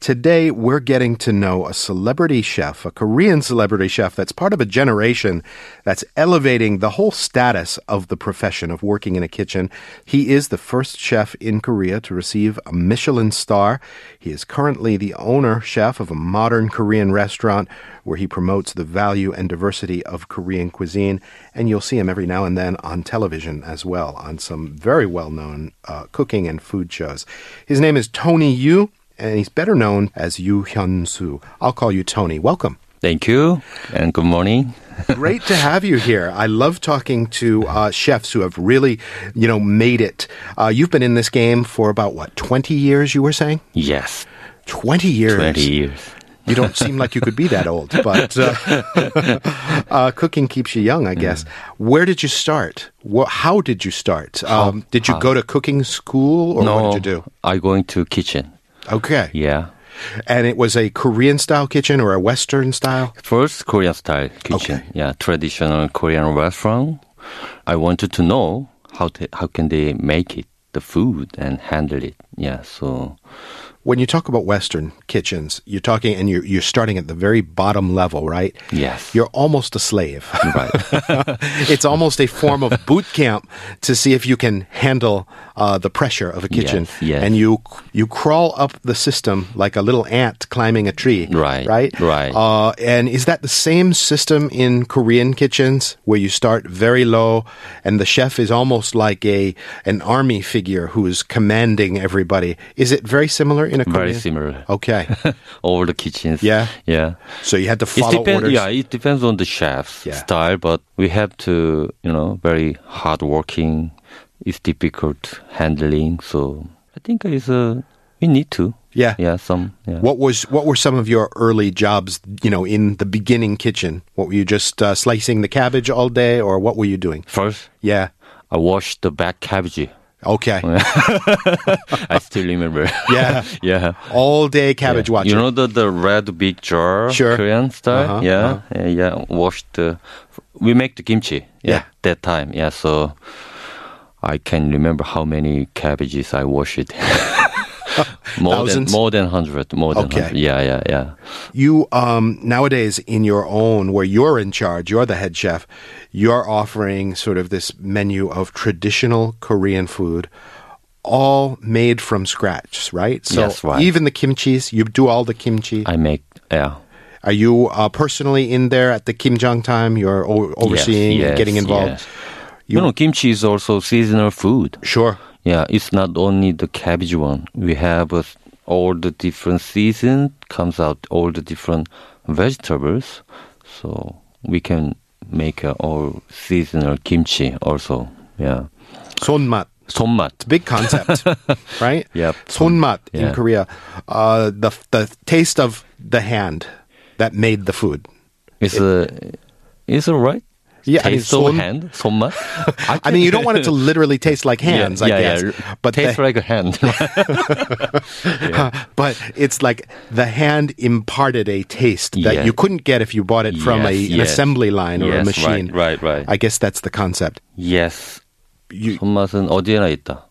Today, we're getting to know a celebrity chef, a Korean celebrity chef that's part of a generation that's elevating the whole status of the profession of working in a kitchen. He is the first chef in Korea to receive a Michelin star. He is currently the owner chef of a modern Korean restaurant where he promotes the value and diversity of Korean cuisine. And you'll see him every now and then on television as well, on some very well known uh, cooking and food shows. His name is Tony Yu and he's better known as Yu Hyun Soo. I'll call you Tony. Welcome. Thank you and good morning. Great to have you here. I love talking to uh, chefs who have really, you know, made it. Uh, you've been in this game for about what twenty years? You were saying Yes, twenty years. 20 years. You don't seem like you could be that old, but uh, uh, cooking keeps you young, I Mm. guess. Where did you start? Wha how did you start? Um, did you go to cooking school, or no, what did you do? I going to kitchen. Okay, Yeah. and it was a Korean style kitchen or a Western style. First Korean style kitchen. Okay. Yeah, traditional Korean restaurant. I wanted to know how to, how can they make it the food and handle it. Yeah, so When you talk about Western kitchens, you're talking and you're, you're starting at the very bottom level, right? yes. You're almost a slave. right. it's almost a form of boot camp to see if you can handle uh, the pressure of a kitchen. Yes, yes. And you you crawl up the system like a little ant climbing a tree. Right, Right. right. Uh, and is that the same system in Korean kitchens where you start very low, and the chef is almost like a an army figure who is commanding everybody? Is it very similar in a Very Korean? similar. Okay. All the kitchens. Yeah. Yeah. So you had to It follow depends. orders. Yeah, it depends on the chef's Yeah. style, but we have to, you know, very hard working. It's difficult handling, so I think it's uh, we need to. Yeah. yeah, some. Yeah. What was what were some of your early jobs? You know, in the beginning kitchen, what were you just uh, slicing the cabbage all day, or what were you doing? First, Yeah. I washed the back cabbage. Okay. I still remember. Yeah. yeah. All day cabbage watching. You know the, the red big jar, Sure. Korean style. Uh-huh, yeah, yeah, yeah. Wash the. We make the kimchi. Yeah. that time. Yeah, so I can remember how many cabbages I washed it. more Thousands? than more than hundred. More than Okay. hundred. Yeah, yeah, yeah. You um, nowadays in your own, where you're in charge, you're the head chef. You're offering sort of this menu of traditional Korean food, all made from scratch, right? So Yes, right. even the kimchi's, you do all the kimchi. I make. Yeah. Are you uh, personally in there at the Kimjang time? You're o- overseeing and yes, getting involved. yes. you know, kimchi is also seasonal food. Sure. Yeah, it's not only the cabbage one. We have uh, all the different season comes out all the different vegetables, so we can make uh, all seasonal kimchi also. Yeah, Sonmat. 손맛. Big concept, right? Yep. Sonmat in Yeah. Korea. Uh, the, the taste of the hand that made the food. It's a, it's all uh, right. Yeah, I mean, Taste of 손- hand, 손맛. I, I mean, you don't want it to literally taste like hands, I guess. But, tastes the, like a hand. but it's like the hand imparted a taste that Yeah. you couldn't get if you bought it from a, Yes, an yes. assembly line or a Yes, machine. right, right, right. I guess that's the concept. yes, You, 손맛은 어디에나 있다.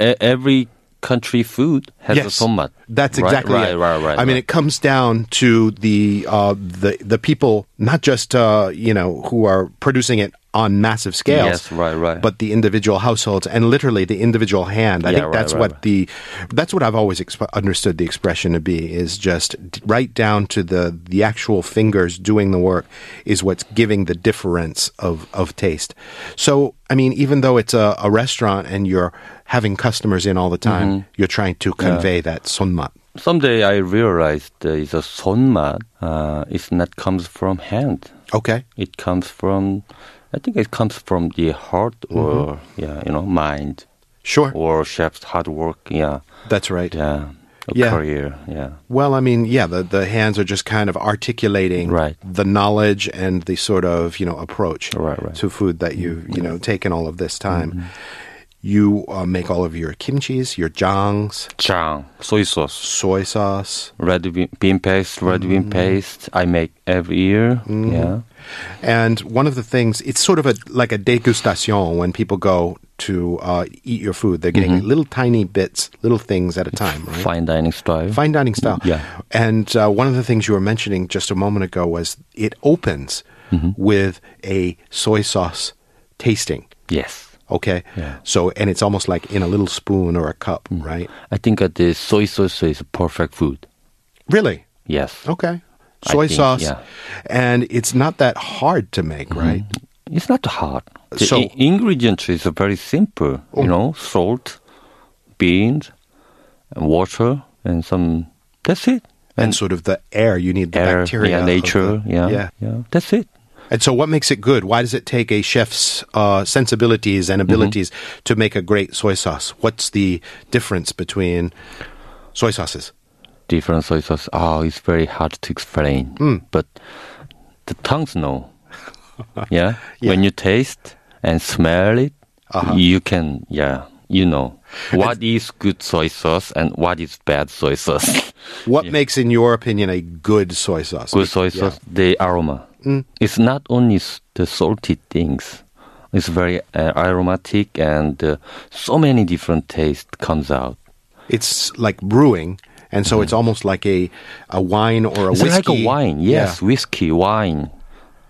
E- every country food has a 손맛. That's Right, exactly it. right, Right, right, I mean, right. it comes down to the uh, the the people, not just uh, you know who are producing it on massive scales. Yes, right, right. But the individual households and literally the individual hand. I Yeah, think right, that's right, what right. the that's what I've always exp- understood the expression to be is just d- right down to the the actual fingers doing the work is what's giving the difference of of taste. So I mean, even though it's a, a restaurant and you're having customers in all the time, Mm-hmm. you're trying to convey that sonmat. Someday I realized uh, it's a 손맛. Uh, it's not comes from hand. Okay. It comes from, I think it comes from the heart or yeah, you know, mind Sure. or chef's hard work. Yeah, That's right. yeah, a Yeah. career. Yeah, Well, I mean, yeah, the, the hands are just kind of articulating Right. the knowledge and the sort of, you know, approach Right, Mm-hmm. right. to food that you've, you know, taken all of this time. You uh, make all of your kimchis, your jangs, Jang, soy sauce, soy sauce, red bean, bean paste, red bean paste. I make every year. Yeah. and one of the things it's sort of a like a degustation when people go to uh, eat your food. They're getting Mm-hmm. little tiny bits, little things at a time, right? Fine dining style. fine dining style. Yeah. And uh, one of the things you were mentioning just a moment ago was it opens Mm-hmm. with a soy sauce tasting. Yes. Okay. Yeah. Mm. So, and it's almost like in a little spoon or a cup, right? I think that the soy sauce is perfect food. Really? Yes. Okay. I Soy think, sauce. yeah. Mm-hmm. And it's not that hard to make, right? It's not hard. The So- Oh. i- ingredient is very simple. You know, salt, beans, and water, and some. That's it. And sort of the air, you need the Air, bacteria. yeah, of nature, the- yeah, yeah, That's it. And so, what makes it good? Why does it take a chef's uh, sensibilities Mm-hmm. and abilities to make a great soy sauce? What's the difference between soy sauces? Different soy sauce. Oh, it's very hard to explain. Hmm. But the tongues know. yeah? When you taste and smell it, Uh-huh. you can. Yeah, you know what is good soy sauce and what is bad soy sauce. What makes, in your opinion, a good soy sauce? good soy Yeah. Mm. sauce, the aroma. It's not only s- the salty things. It's very uh, aromatic and uh, so many different tastes comes out. It's like brewing, and so it's almost like a a wine or a Mm-hmm. It's whiskey. like a wine. Yeah. Yes, whiskey, wine,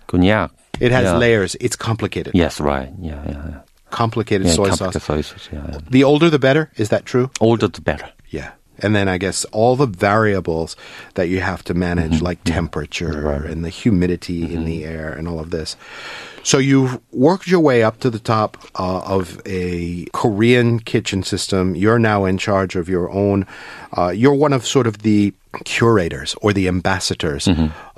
cognac. It has yeah. layers. It's complicated. Yes, right. Yeah, yeah, yeah. Complicated yeah soy sauce. capital soy sauce. Yeah, yeah. The older, the better. Is that true? Older the better. Yeah. And then I guess all the variables that you have to manage, like temperature and the humidity in the air and all of this. So you've worked your way up to the top uh, of a Korean kitchen system. You're now in charge of your own. Uh, you're one of sort of the curators or the ambassadors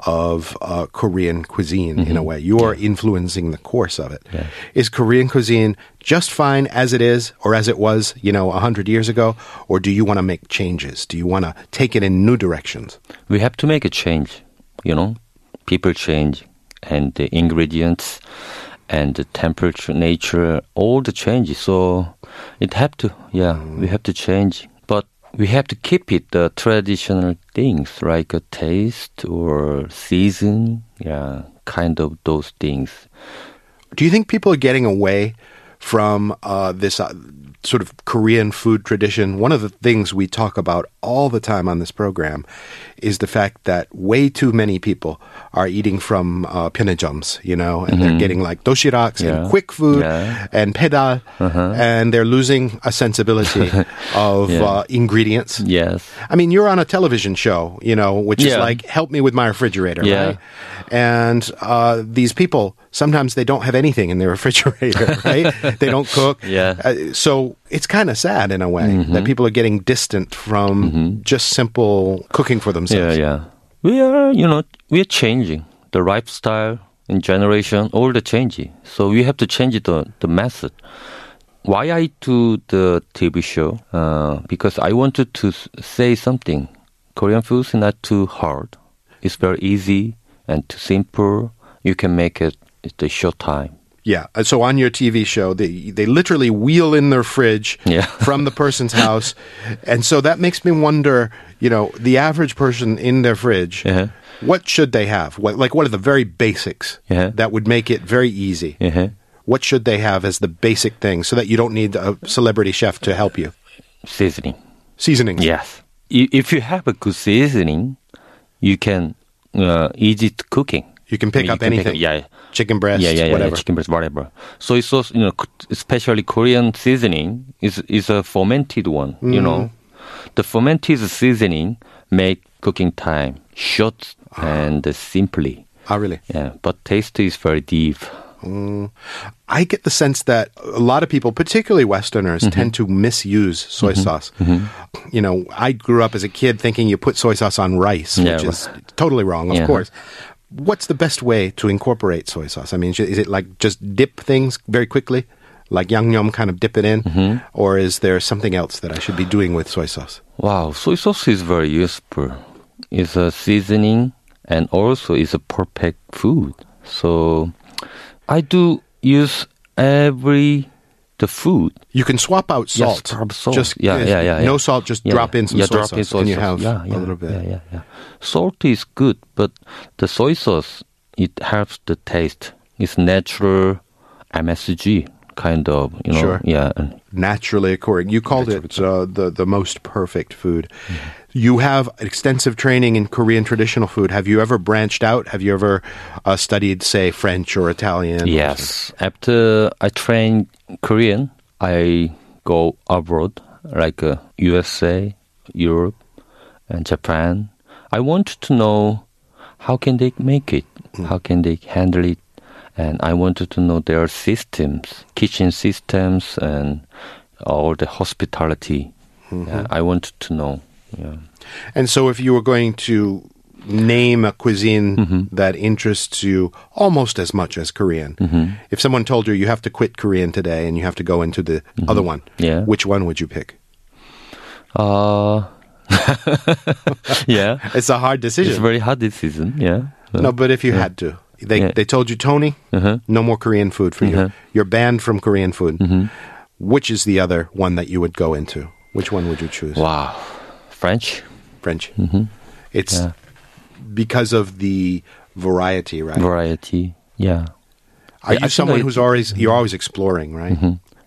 of uh, Korean cuisine in a way. You are influencing the course of it. Is Korean cuisine just fine as it is or as it was, you know, 100 years ago? Or do you want to make changes? Do you want to take it in new directions? we have to make a change you know people change and the ingredients and the temperature nature all the changes so it have to yeah we have to change but we have to keep it the traditional things like a taste or season yeah kind of those things Do you think people are getting away from uh, this uh, sort of Korean food tradition? One of the things we talk about all the time on this program is the fact that way too many people are eating from uh, pinnajums, you know, and they're getting like doshiraks and Mm-hmm. Yeah. quick food Yeah. Uh-huh. and pedal, and they're losing a sensibility of uh, ingredients. yes I mean, you're on a television show, you know, which is Yeah. like, help me with my refrigerator, Yeah. right? And uh, these people, sometimes they don't have anything in their refrigerator, right? they don't cook. Yeah. Uh, Mm-hmm. so it's kind of sad in a way that people are getting distant from just simple cooking for yeah themselves. yeah we are you know we are changing the lifestyle and generation all the changing so we have to change the the method why i do the tv show uh, because i wanted to s- say something korean food is not too hard it's very easy and too simple you can make it in the short time Yeah. Uh, So on your TV show, they they literally wheel in their fridge Yeah. from the person's house, and so that makes me wonder. You know, the average person in their fridge, Uh-huh. what should they have? What like what are the very basics Yeah. that would make it very easy? uh What should they have as the basic thing so that you don't need a celebrity chef to help you? seasoning Seasonings. Yes. I- If you have a good seasoning, you can uh, easy to cooking. You can pick up anything. yeah, Chicken breast. yeah, yeah, yeah, whatever. yeah, chicken breast, whatever. Soy sauce, you know, c- especially Korean seasoning is is a fermented one. You know, the fermented seasoning make cooking time short and simply. Oh, really? Yeah, but taste is very deep. I get the sense that a lot of people, particularly Westerners, Mm-hmm. tend to misuse soy sauce. You know, I grew up as a kid thinking you put soy sauce on rice, Yeah, which well- is totally wrong, of Yeah. course. What's the best way to incorporate soy sauce? I mean, sh- is it like just dip things very quickly, like yum kind of dip it in, Mm-hmm. or is there something else that I should be doing with soy sauce? Wow, soy sauce is very useful. It's a seasoning and also it's a perfect food. So I do use every the food. You can swap out Yes, salt. drop salt. Just eh, yeah, yeah, yeah, yeah. No salt. Just Yeah, drop in some yeah, soy drop sauce, in soy and you sauce. have yeah, yeah, a little bit. Yeah, yeah, yeah. Salt is good, but the soy sauce it helps the taste. It's natural MSG kind of, you know. Sure. Yeah, and naturally occurring. You called it uh, the the most perfect food. You have extensive training in Korean traditional food. Have you ever branched out? Have you ever uh, studied, say, French or Italian? Yes. After I train Korean, I go abroad, like uh, USA, Europe, and Japan. I want to know how can they make it, how can they handle it, and I wanted to know their systems, kitchen systems, and all the hospitality. Yeah, I wanted to know. Yeah. And so, if you were going to name a cuisine that interests you almost as much as Korean, if someone told you you have to quit Korean today and you have to go into the other one, Yeah. which one would you pick? Uh, yeah. It's a hard It's decision. very hard this season. Yeah. No, but if you had to, they Yeah. Uh-huh. they told you, Tony, no more Korean food for you. You're banned from Korean food. Mm-hmm. Which is the other one that you would go into? Which one would you choose? Wow. French. French. Mm-hmm. It's because of the variety, right? variety. Yeah, Are Yeah, I you think someone I- Mm-hmm. who's always you're always exploring, right?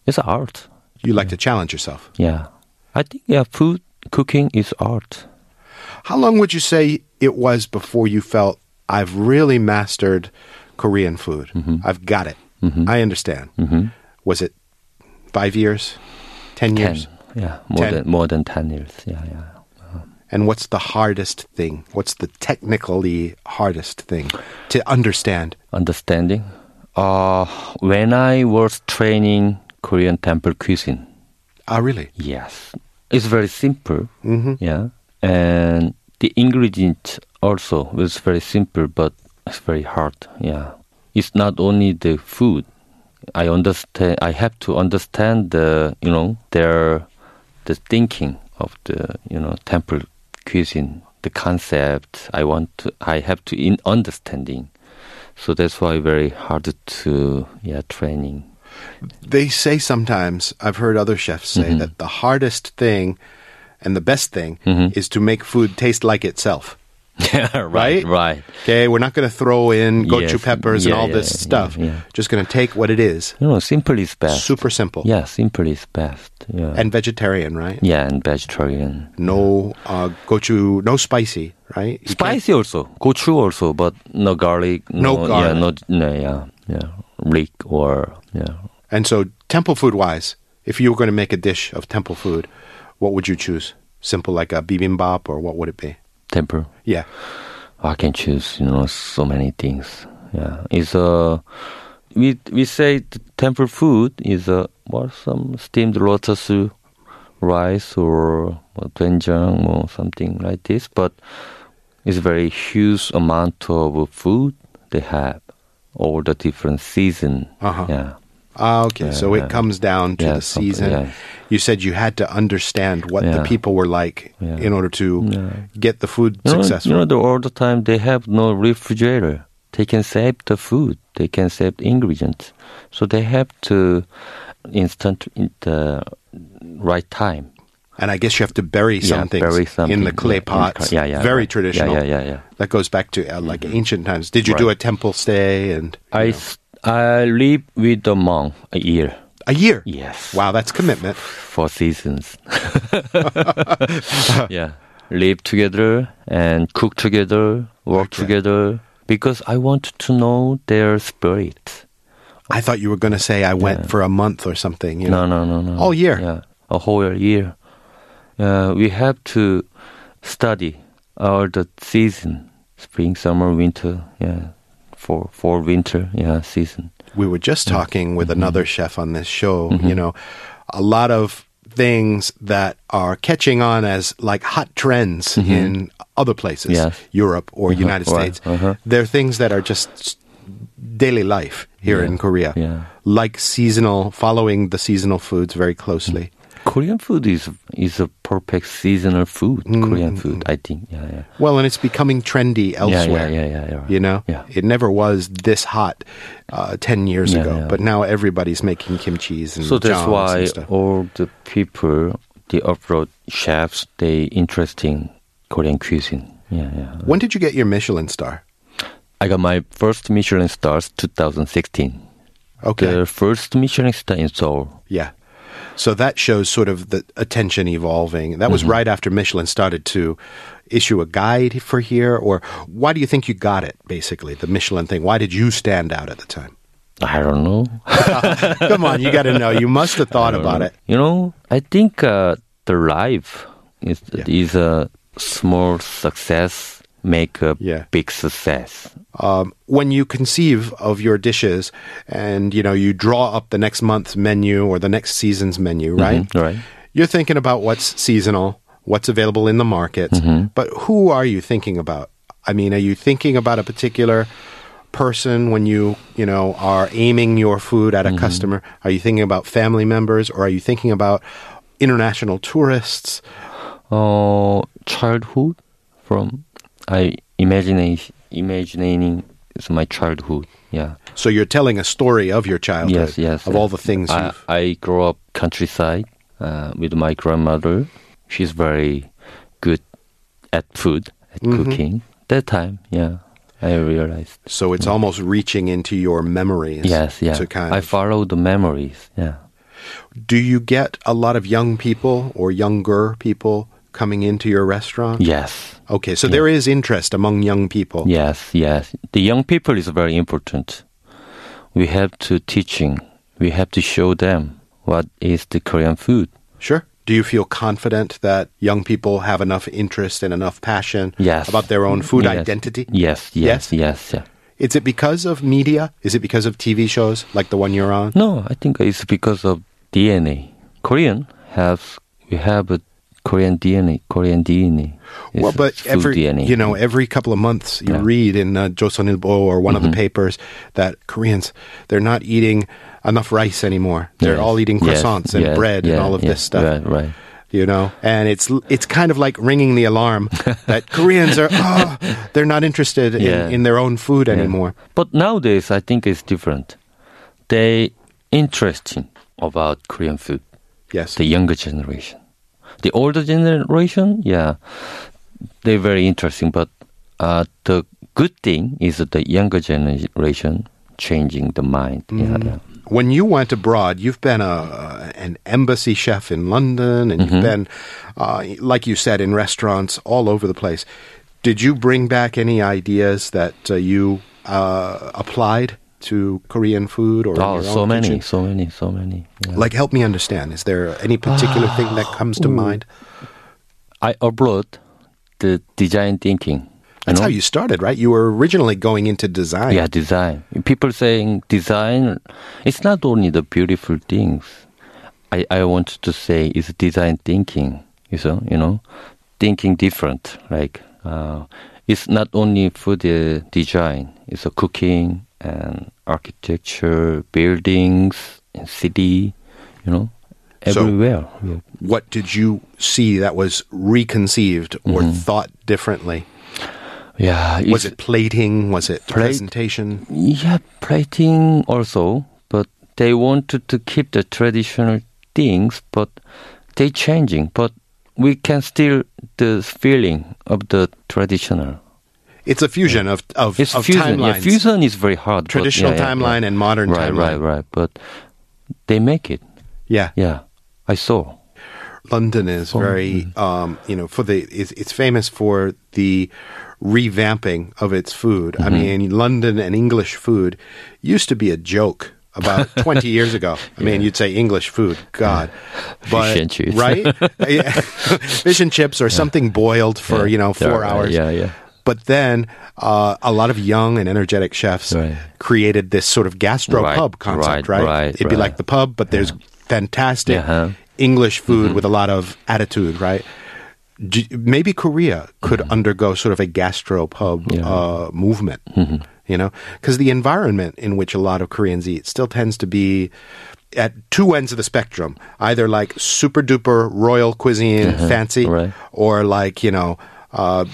it's art. You like to challenge yourself. Yeah, I think yeah, food cooking is art. How long would you say it was before you felt I've really mastered Korean food? Mm-hmm. I've got it. I understand. Was it five years, ten years? Ten. Yeah, more Ten. than more than ten years. Yeah, yeah. And what's the hardest thing? What's the technically hardest thing to understand? Understanding. Uh, when I was training Korean temple cuisine, Ah, really? yes, it's very simple. Yeah, and the ingredient also was very simple, but it's very hard. Yeah, it's not only the food. I understand. I have to understand the you know their the thinking of the you know temple cuisine, the concept. I want. To, I have to in understanding. So that's why very hard to yeah training. They say sometimes, I've heard other chefs say Mm-hmm. that the hardest thing and the best thing Mm-hmm. is to make food taste like itself. Yeah, Right? right. Okay, we're not going to throw in gochu Yes. peppers and Yeah, all yeah, this yeah, stuff. yeah. Just going to take what it is. You know, simple is best. Super simple. Yeah, simple is best. Yeah. And vegetarian, right? yeah, and vegetarian. No uh, gochu, no spicy, right? You can't- Spicy also, gochu also, but no garlic. No No, Yeah, no, garlic. no, yeah, yeah, leek or yeah. And so, temple food wise, if you were going to make a dish of temple food, what would you choose? Simple, like a bibimbap, or what would it be? temper. Yeah. Oh, I can choose, you know, so many things. Yeah, it's a we we say the temple food is a what some steamed lotus rice or what, doenjang or something like this, but it's very huge amount of food they have, all the different season. Uh-huh. Yeah, Ah, okay. so, yeah. it comes down to Yeah, the something, season. yeah. You said you had to understand what the Yeah. people were like Yeah. in order to get the food you know, successful. you know, the, all the time they have no refrigerator. They can save the food. They can save the ingredients. So they have to instant in the right time. and I guess you have to bury Yeah, some things bury something. in the clay Yeah, in pots. cla- yeah, yeah, Very right. traditional. Yeah, yeah, yeah, yeah. That goes back to uh, like ancient times. Did you do a Right. temple stay and I s- I live with the monk a year. a year? Yes. Wow, that's commitment. Four seasons. yeah. Live together and cook together, work Okay. together. Because I want to know their spirit. I thought you were going to say I went for a month or something. You know? No, no, no, no. All year. Yeah, a whole year. Uh, we have to study all the season: spring, summer, winter. Yeah, for for winter. Yeah, season. We were just Mm-hmm. talking with another chef on this show. You know, a lot of things that are catching on as like hot trends in other places, Mm-hmm. Yes. Europe or United right, States. uh-huh. They're things that are just daily life here in Korea, yeah. like seasonal, following the seasonal foods very closely. Korean food is is a perfect seasonal food. Mm, Korean food, I think. Yeah, yeah. Well, and it's becoming trendy Yeah, elsewhere. yeah, yeah, yeah, yeah. You know, Yeah. it never was this hot uh, ten years Yeah, ago, yeah. but now everybody's making kimchi's and So jams that's why and stuff. all the people, the abroad chefs, they interesting Korean cuisine. Yeah, yeah. When did you get your Michelin star? I got my first Michelin stars 2016. Okay, The first Michelin star in Seoul. yeah. So that shows sort of the attention evolving. That was Mm-hmm. right after Michelin started to issue a guide for here. Or why do you think you got it? Basically, the Michelin thing. Why did you stand out at the time? I don't know. Come on, you got to know. You must have thought about it. You know, I think uh, the life is Yeah. is a small success make a Yeah. big success. um, when you conceive of your dishes and you know you draw up the next month's menu or the next season's menu right Mm-hmm, Right. you're thinking about what's seasonal what's available in the market Mm-hmm. but who are you thinking about i mean are you thinking about a particular person when you you know are aiming your food Mm-hmm. at a customer are you thinking about family members or are you thinking about international tourists Uh, childhood from I imagine imagining is my childhood. Yeah. so you're telling a story of your childhood yes, yes. of all the things I, you've I grew up countryside uh, with my grandmother. She's very good at food, at Mm-hmm. cooking. That time, yeah, I realized. So it's almost reaching into your memories. mm. Yes, yeah. To kind I of, follow the memories. Yeah. do you get a lot of young people or younger people coming into your restaurant? Yes. Okay, so there is interest among young people. Yes. Yes. The young people is very important. We have to teaching. We have to show them what is the Korean food. Sure. Do you feel confident that young people have enough interest and enough passion Yes. about their own food Yes. identity? Yes. Yes? Yes. Yes. Yeah. Is it because of media? Is it because of TV shows like the one you're on? No, I think it's because of DNA. Korean has we have a Korean DNA. Korean DNA. It's well, but food every DNA. you know every couple of months you Yeah. Mm-hmm. read in uh, Joseon Ilbo or one of the papers that Koreans they're not eating enough rice anymore. They're Yes, all eating yes, croissants and yes, bread and yeah, all of yeah, this stuff. Right. Right. You know, and it's it's kind of like ringing the alarm that Koreans are oh, they're not interested Yeah. in, in their own food anymore. But nowadays, I think it's different. They interesting about Korean food. Yes, The younger generation, the older generation, yeah, they're very interesting. But uh, the good thing is that the younger generation changing the mind. Yeah, Mm-hmm. yeah. when you went abroad, you've been a an embassy chef in London, and you've been, Mm-hmm. uh, like you said, in restaurants all over the place. Did you bring back any ideas that uh, you uh, applied to Korean food or in your Oh, so own many, kitchen? so many, so many. yeah. Like, help me understand. Is there any particular thing that comes to Ah, mind? I abroad the design thinking. That's know? how you started, right? You were originally going into design. Yeah, design. People saying design, it's not only the beautiful things. I, I want to say it's design thinking. You know, you know, thinking different. Like uh, it's not only for the design. It's a cooking and architecture, buildings, and city. You know, So- everywhere. Yeah. What did you see that was reconceived or thought differently? yeah Was Mm-hmm. it's- it plating? Was it Plate- presentation? Yeah, plating also, but they wanted to keep the traditional things, but they changing. But we can still the feeling of the traditional. It's a fusion of of, It's of fusion. timelines, Yeah, fusion is very hard. but yeah, traditional yeah, yeah. timeline and modern Right, timeline. right, right. But they make it. Yeah, Yeah, I saw. London is very, Mm. um, you know, for the it's, it's famous for the revamping of its food. Mm-hmm. I mean, London and English food used to be a joke about 20 years ago. I mean, you'd say English food, God, but and chips. right, Yeah. fish and chips or something boiled for you know Yeah, four right, hours. Yeah, yeah. But then uh, a lot of young and energetic chefs Right. created this sort of gastro Right, pub concept, right? right, right, It'd be right. like the pub, but there's fantastic Uh-huh. English food with Mm-hmm. a lot of attitude, right? G- maybe Korea could Mm-hmm. undergo sort of a gastro pub uh, Mm-hmm. movement, you know, because the environment in which a lot of Koreans eat still tends to be at two ends of the spectrum, either like super duper royal cuisine, fancy, Uh-huh. right. or like you know, uh,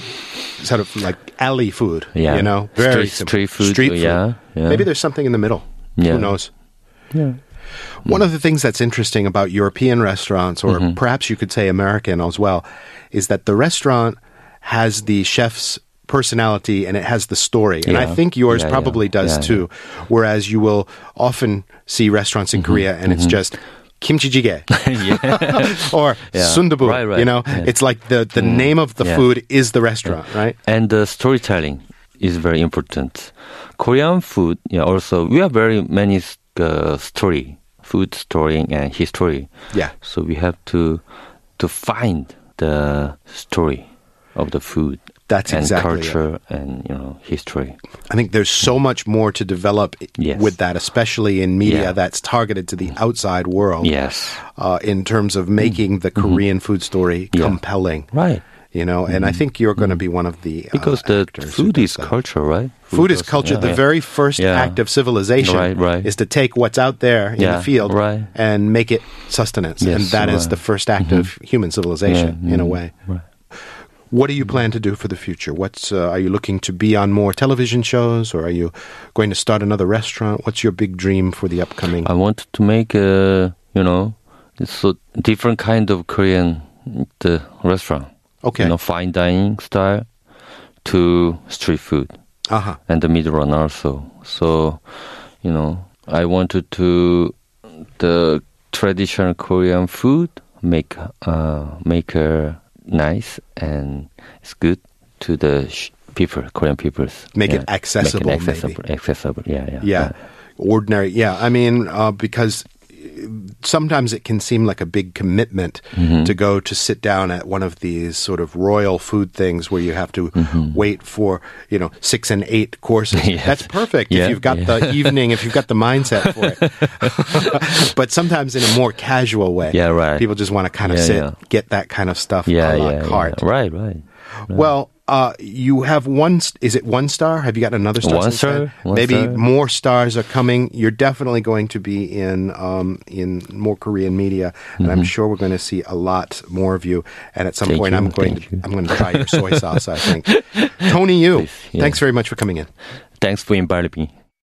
sort of like alley food. Yeah. you know, Street- very simple. street food, Street food. yeah, yeah. Maybe there's something in the middle. Yeah. Who knows? One of the things that's interesting about European restaurants, or Mm-hmm. perhaps you could say American as well, is that the restaurant has the chef's personality and it has the story. And I Yeah. think yours Yeah, probably yeah. does Yeah, too. Whereas you will often see restaurants Mm-hmm. in Korea and it's just kimchi jjigae or Yeah. sundubu. Right, right. You know, Yeah. Mm. it's like the, the name of the Yeah. food is the restaurant, right? and the storytelling is very important. Korean food, yeah, also we have very many uh, story, food story and history. Yeah. So we have to to find the story of the food. That's and exactly it. culture and you know history. I think there's so much more to develop i- Yes. with that, especially in media Yeah. Mm. that's targeted to the outside world. Yes, uh, in terms of making the Korean food story Mm-hmm. Yeah. compelling. right. You know, and I think you're going to be one of the uh, Because the actors who food does is that. culture, right? Food is also- culture. yeah, the yeah. very first Yeah. act of civilization Right, right. is to take what's out there in Yeah, the field right. and make it sustenance, and Yes, that is right. Mm-hmm. the first act of human civilization Yeah, in a mm, way. right. What do you plan to do for the future? What's uh, are you looking to be on more television shows, or are you going to start another restaurant? What's your big dream for the upcoming? I wanted to make a you know, so different kind of Korean the restaurant. Okay. You know, fine dining style to street food Uh huh. and the middle run also. So, you know, I wanted to the traditional Korean food make uh, make a nice and it's good to the sh- people, Korean peoples. Make it Yeah. accessible, Make maybe. it accessible, accessible. Yeah, yeah, yeah ordinary yeah i mean uh, because uh, sometimes it can seem like a big commitment Mm-hmm. to go to sit down at one of these sort of royal food things where you have to wait for you know six and eight courses Mm-hmm. Yes. that's perfect Yeah, if you've got the evening if you've got the mindset for it but sometimes in a more casual way Yeah, right. people just want to kind of Yeah, sit yeah. get that kind of stuff a Yeah, la yeah, carte yeah. Right, right. well, uh, you have one. St- is it one star? Have you got another star? One since star, then? one Maybe star. more stars are coming. You're definitely going to be in um, in more Korean media, and I'm sure we're going to see a lot more of you. And at some Mm-hmm. Thank point, you, I'm going to thank you. I'm going to try your soy sauce. I think, Tony, you. Please, yeah. Thanks very much for coming in. Thanks for inviting me.